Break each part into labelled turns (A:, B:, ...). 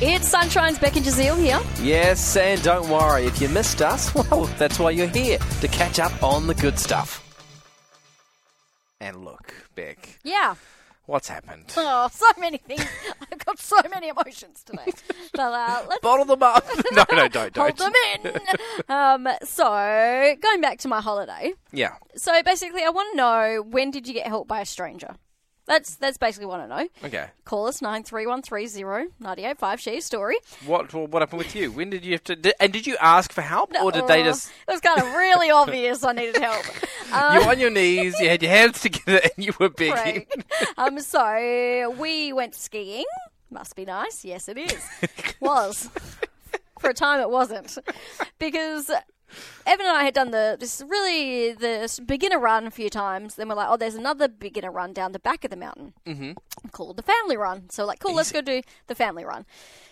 A: It's Sunshine's Becky Jazeel here.
B: Yes, and don't worry, if you missed us, well, that's why you're here, to catch up on the good stuff. And look, Beck,
A: Yeah.
B: what's happened?
A: Oh, so many things. I've got so many emotions today. But uh, let's
B: Bottle them up. No, no, don't,
A: hold
B: don't.
A: them in. Um, so, going back to my holiday.
B: Yeah.
A: So, basically, I want to know when did you get helped by a stranger? That's that's basically what I know.
B: Okay.
A: Call us 93130 985 Share your story.
B: What what happened with you? When did you have to? Did, and did you ask for help, or did they
A: Oh,
B: just?
A: It was kind of really obvious I needed help.
B: you were on your knees. You had your hands together, and you were begging.
A: Great. Um, so we went skiing. Must be nice. Yes, it is. Was for a time it wasn't because Evan and I had done the this really the beginner run a few times. Then we're like, oh, there's another beginner run down the back of the mountain called the family run. So we're like, cool, let's go do the family run.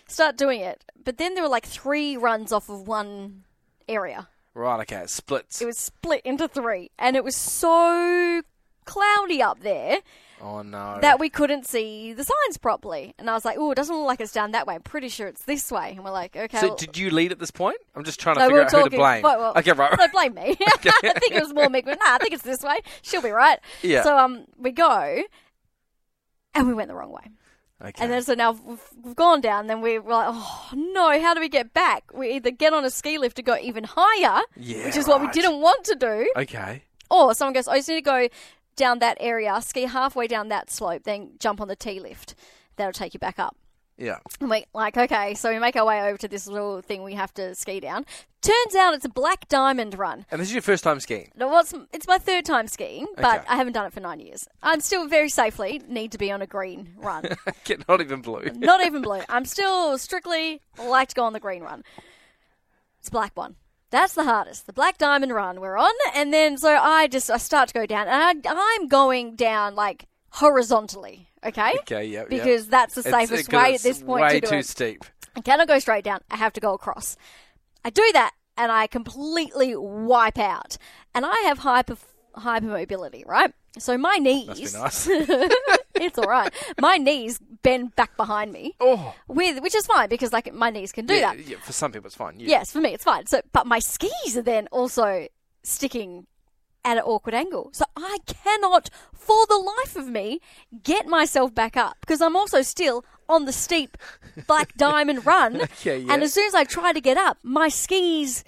A: Start doing it, but then there were like three runs off of one area
B: Right. Okay. It splits.
A: it was split into three, and it was so cloudy up there
B: oh no.
A: that we couldn't see the signs properly. And I was like, "Oh, it doesn't look like it's down that way. I'm pretty sure it's this way." And we're like, "Okay."
B: so
A: well-
B: did you lead at this point? I'm just trying to
A: no, we
B: figure
A: were
B: out
A: talking.
B: who to blame.
A: well, well,
B: okay. Right.
A: No, blame me. I think it was more me. going, Nah, I think it's this way. She'll be right.
B: Yeah.
A: So um, we go, and we went the wrong way.
B: Okay.
A: And then so now we've we've gone down. Then we were like, oh no, how do we get back? We either get on a ski lift to go even higher,
B: Yeah,
A: which is what we
B: right.
A: didn't want to do,
B: okay.
A: or someone goes, I just need to go down that area, ski halfway down that slope, then jump on the T lift. That'll take you back up.
B: Yeah.
A: And we're like, okay, so we make our way over to this little thing we have to ski down. Turns out it's a black diamond run.
B: And this is your first time skiing.
A: Now, what's it's my third time skiing, but
B: Okay.
A: I haven't done it for nine years. I'm still very safely need to be on a green run.
B: Get not even blue.
A: Not even blue. I'm still strictly like to go on the green run. It's black one. That's the hardest. The black diamond run we're on, and then so I just I start to go down, and I, I'm going down like horizontally. Okay.
B: Okay. Yeah. yeah.
A: Because that's the
B: It's-
A: safest
B: 'cause
A: way at
B: it's
A: this point to
B: Way
A: do
B: too
A: it.
B: steep.
A: I cannot go straight down. I have to go across. I do that, and I completely wipe out. And I have hyper hypermobility, right? So my
B: Must
A: knees,
B: be nice.
A: it's all right. My knees bend back behind me
B: oh.
A: with which is fine because like my knees can do
B: yeah,
A: that.
B: yeah, for some people, it's fine. Yeah.
A: Yes, for me it's fine. So but my skis are then also sticking at an awkward angle. So I cannot for the life of me get myself back up because I'm also still on the steep black diamond run.
B: Okay, yeah.
A: And as soon as I try to get up, my skis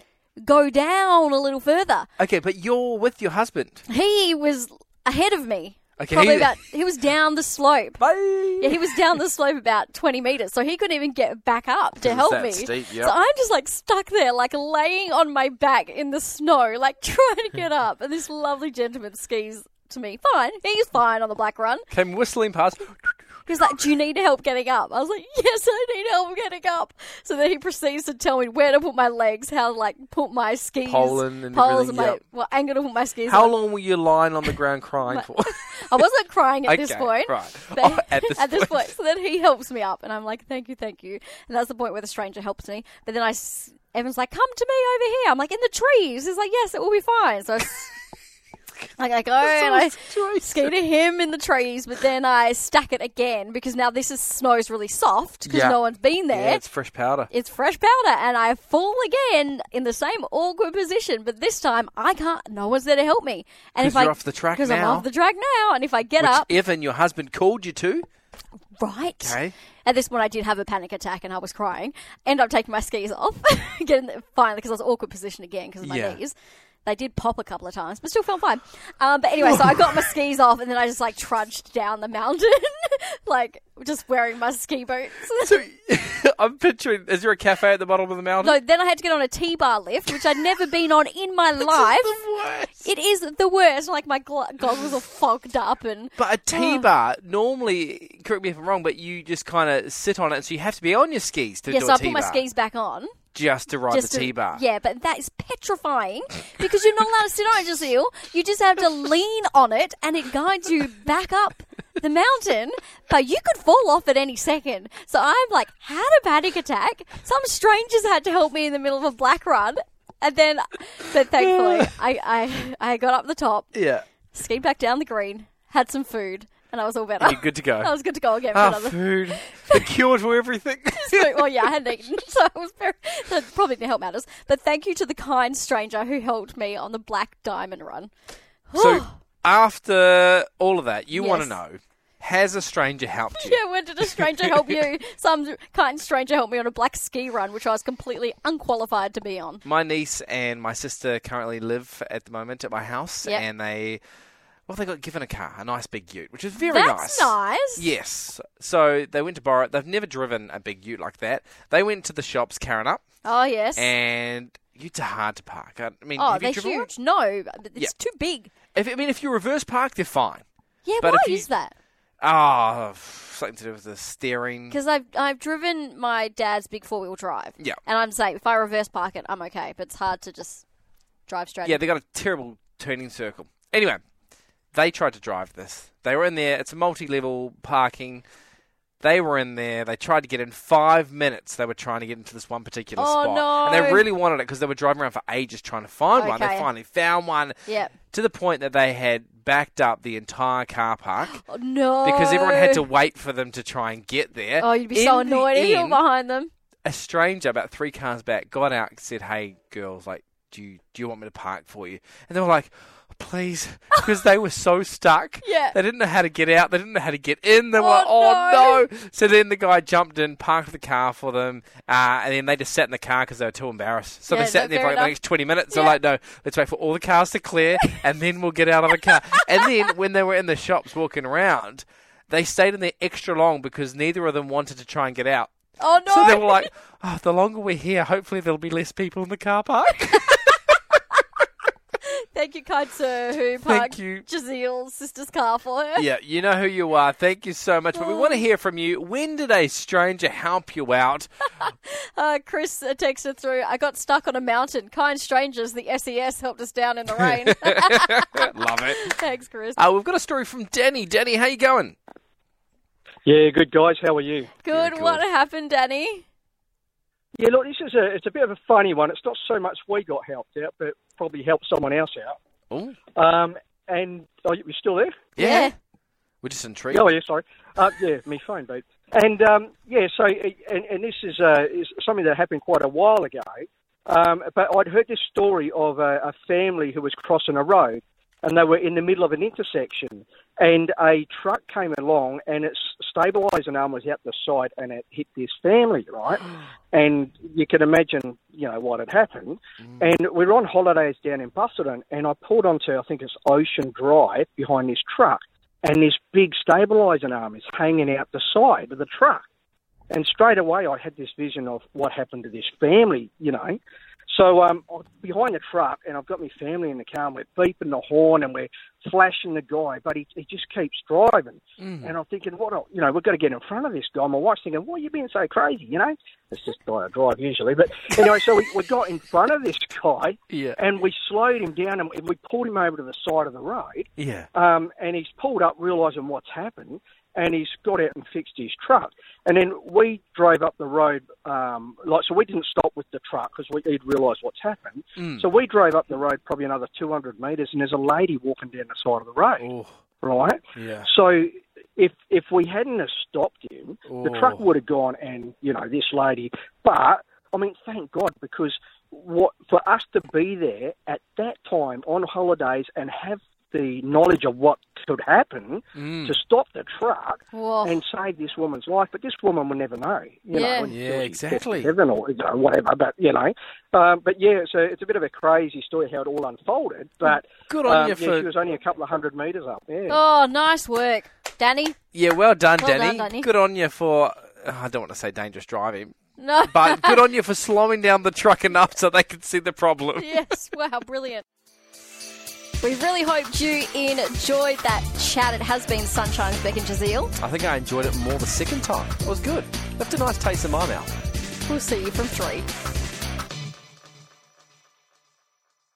A: go down a little further.
B: Okay, but you're with your husband.
A: He was ahead of me.
B: Okay,
A: Probably
B: he-
A: about he was down the slope.
B: Bye.
A: Yeah, he was down the slope about 20 metres, so he couldn't even get back up to help
B: that
A: me.
B: steep, yeah.
A: So I'm just like stuck there, like laying on my back in the snow, like trying to get up. And this lovely gentleman skis to me. Fine. He's fine on the black run.
B: Came whistling past.
A: He's like, Do you need help getting up? I was like, Yes, I need help getting up. So then he proceeds to tell me where to put my legs, how to like put my skis.
B: Pollen and
A: poles
B: everything,
A: my,
B: yep.
A: What angle to put my skis
B: How
A: on.
B: long were you lying on the ground crying for?
A: I wasn't crying at this
B: Okay,
A: point.
B: right.
A: But
B: Oh, at this point.
A: So then he helps me up, and I'm like, thank you, thank you. And that's the point where the stranger helps me. But then I, s- Evan's like, come to me over here. I'm like, in the trees. He's like, yes, it will be fine. So I, s- like, I go and I ski to him in the trees, but then I stack it again because now this is snow's really soft because
B: Yeah.
A: no one's been there.
B: yeah, it's fresh powder.
A: It's fresh powder, and I fall again in the same awkward position. But this time, I can't. No one's there to help me. And
B: 'Cause you're off the track
A: because I'm
B: now.
A: off the track now, and if I get
B: Which
A: up
B: Evan, your husband, called you to.
A: right,
B: Okay.
A: at this point, I did have a panic attack, and I was crying. End up taking my skis off, getting the, finally because I was awkward position again because of my
B: Yeah.
A: knees. They did pop a couple of times, but still felt fine. Um, but anyway, so I got my skis off, and then I just like trudged down the mountain, like just wearing my ski boots.
B: So I'm picturing. Is there a cafe at the bottom of the mountain?
A: No, then I had to get on a T bar lift, which I'd never been on in my life. It is the worst. Like my gl- goggles are fogged up, and
B: But a T bar normally, correct me if I'm wrong, but you just kind of sit on it, so you have to be on your skis to
A: yes,
B: do a
A: so I
B: T
A: put my
B: bar,
A: skis back on.
B: just to ride
A: Just
B: the
A: to-
B: T bar.
A: Yeah, but that is petrifying because you're not allowed to sit on it, Jazeel. You just have to lean on it, and it guides you back up the mountain. But you could fall off at any second. So I've like had a panic attack. Some strangers had to help me in the middle of a black run. And then, but thankfully, I, I, I got up the top.
B: Yeah.
A: skied back down the green, had some food, and I was all better.
B: You're good to go.
A: I was good to go again for
B: Ah,
A: another.
B: food. The cure to everything.
A: well, yeah, I hadn't eaten, so I was very, that probably didn't help matters. But thank you to the kind stranger who helped me on the Black Diamond Run.
B: so, after all of that, you want to
A: Oh. Yes.
B: know has a stranger helped you?
A: Yeah, when did a stranger help you? Some kind stranger helped me on a black ski run, which I was completely unqualified to be on.
B: My niece and my sister currently live at the moment at my house,
A: Yep.
B: and they, well, they got given a car, a nice big Ute, which is very
A: That's nice.
B: Yes. So they went to borrow it. They've never driven a big ute like that. They went to the shops, Karen up,
A: Oh yes.
B: and utes are hard to park. I mean,
A: oh,
B: have you
A: they're
B: driven one?
A: huge. No, but it's
B: Yeah.
A: too big.
B: If, I mean, if you reverse park, they're fine.
A: Yeah,
B: But
A: why
B: if you-
A: is that?
B: Ah, something to do with the steering.
A: Because I've I've driven my dad's big four wheel drive.
B: Yeah.
A: And I'm saying if I reverse park it, I'm okay. But it's hard to just drive straight.
B: Yeah, they got a terrible turning circle. Anyway, they tried to drive this. They were in there. It's multi-level parking. They were in there. They tried to get in five minutes. They were trying to get into this one particular
A: Oh,
B: spot,
A: no.
B: and they really wanted it because they were driving around for ages trying to find one. They
A: Okay.
B: finally found one.
A: Yep.
B: to the point that they had backed up the entire car park
A: Oh, no.
B: because everyone had to wait for them to try and get there.
A: Oh, you'd be
B: In
A: so
B: the
A: annoyed if you were
B: end,
A: behind them.
B: a stranger about three cars back got out and said, "Hey, girls, like, do you do you want me to park for you?" And they were like, "Please," because they were so stuck.
A: Yeah.
B: They didn't know how to get out. They didn't know how to get in. They were,
A: Oh,
B: oh no! So then the guy jumped in, parked the car for them, uh, and then they just sat in the car because they were too embarrassed. So
A: Yeah,
B: they sat
A: no,
B: there for
A: fair
B: like the
A: enough.
B: next twenty minutes.
A: Yeah.
B: They're like, "No, let's wait for all the cars to clear, and then we'll get out of the car." and then when they were in the shops walking around, they stayed in there extra long because neither of them wanted to try and get out.
A: Oh no.
B: So they were like, oh, the longer we're here, hopefully there'll be less people in the car park.
A: Thank you, kind sir, who
B: Thank
A: parked
B: you.
A: Giselle's sister's car for her.
B: yeah, you know who you are. Thank you so much. But we want to hear from you. When did a stranger help you out?
A: Uh, Chris uh, texted through, I got stuck on a mountain. Kind strangers, the SES helped us down in the rain.
B: Love it.
A: Thanks, Chris.
B: Uh, we've got a story from Danny. Danny, how you going?
C: Yeah, good guys. How are you?
A: Good.
B: good.
A: What happened, Danny?
C: Yeah, look, this is a it's a bit of a funny one. It's not so much we got helped out, but probably helped someone else out.
B: Oh,
C: Um, and oh, you're still there?
B: yeah. We're just intrigued.
C: Oh yeah, sorry. Uh, yeah, me phone beat. And um, yeah, so and, and this is, uh, is something that happened quite a while ago. Um, but I'd heard this story of a, a family who was crossing a road, and they were in the middle of an intersection, and a truck came along, and its stabilizer arm was out the side, and it hit this family, right? and you can imagine, you know, what had happened. And we were on holidays down in Busselton, and I pulled onto, I think it's Ocean Drive, behind this truck, and this big stabilising arm is hanging out the side of the truck. And straight away, I had this vision of what happened to this family, you know. So um, I'm behind the truck, and I've got my family in the car, and we're beeping the horn, and we're flashing the guy, but he, he just keeps driving. And I'm thinking, what, a- you know, we've got to get in front of this guy. My wife's thinking, why are you being so crazy, you know? It's just the way I drive usually. But anyway, so we, we got in front of this guy,
B: Yeah.
C: and we slowed him down, and we pulled him over to the side of the road.
B: Yeah.
C: Um, and he's pulled up, realizing what's happened, and he's got out and fixed his truck. And then we drove up the road, um, like so. We didn't stop with the truck because we he'd realised what's happened.
B: Hmm. Mm.
C: So we drove up the road probably another 200 metres, and there's a lady walking down the side of the road,
B: Oh,
C: right?
B: yeah.
C: So if if we hadn't have stopped him, the
B: Oh.
C: truck would have gone and you know this lady. But I mean, thank God because what for us to be there at that time on holidays and have the knowledge of what could happen
B: Mm. Hmm.
C: to stop the truck
A: Whoa.
C: and save this woman's life. But this woman will never know, you
A: Oh. Yeah.
C: know, until
B: Yeah,
C: she's
B: exactly.
C: 57 or you know, whatever. But you know, um, but yeah, so it's a bit of a crazy story how it all unfolded. But
B: Good on
C: um,
B: you
C: yeah,
B: for-
C: she was only a couple of hundred meters up. Yeah.
A: Oh, nice work, Danny.
B: Yeah, well done,
A: Well done,
B: Danny.
A: Danny.
B: Good on you for. oh, I don't want to say dangerous driving,
A: No.
B: but good on you for slowing down the truck enough so they could see the problem.
A: yes. Wow, brilliant. We really hoped you enjoyed that chat. It has been Sunshine's Beck and Jazeel.
B: I think I enjoyed it more the second time. It was good. Left a nice taste in my mouth.
A: We'll see you from three.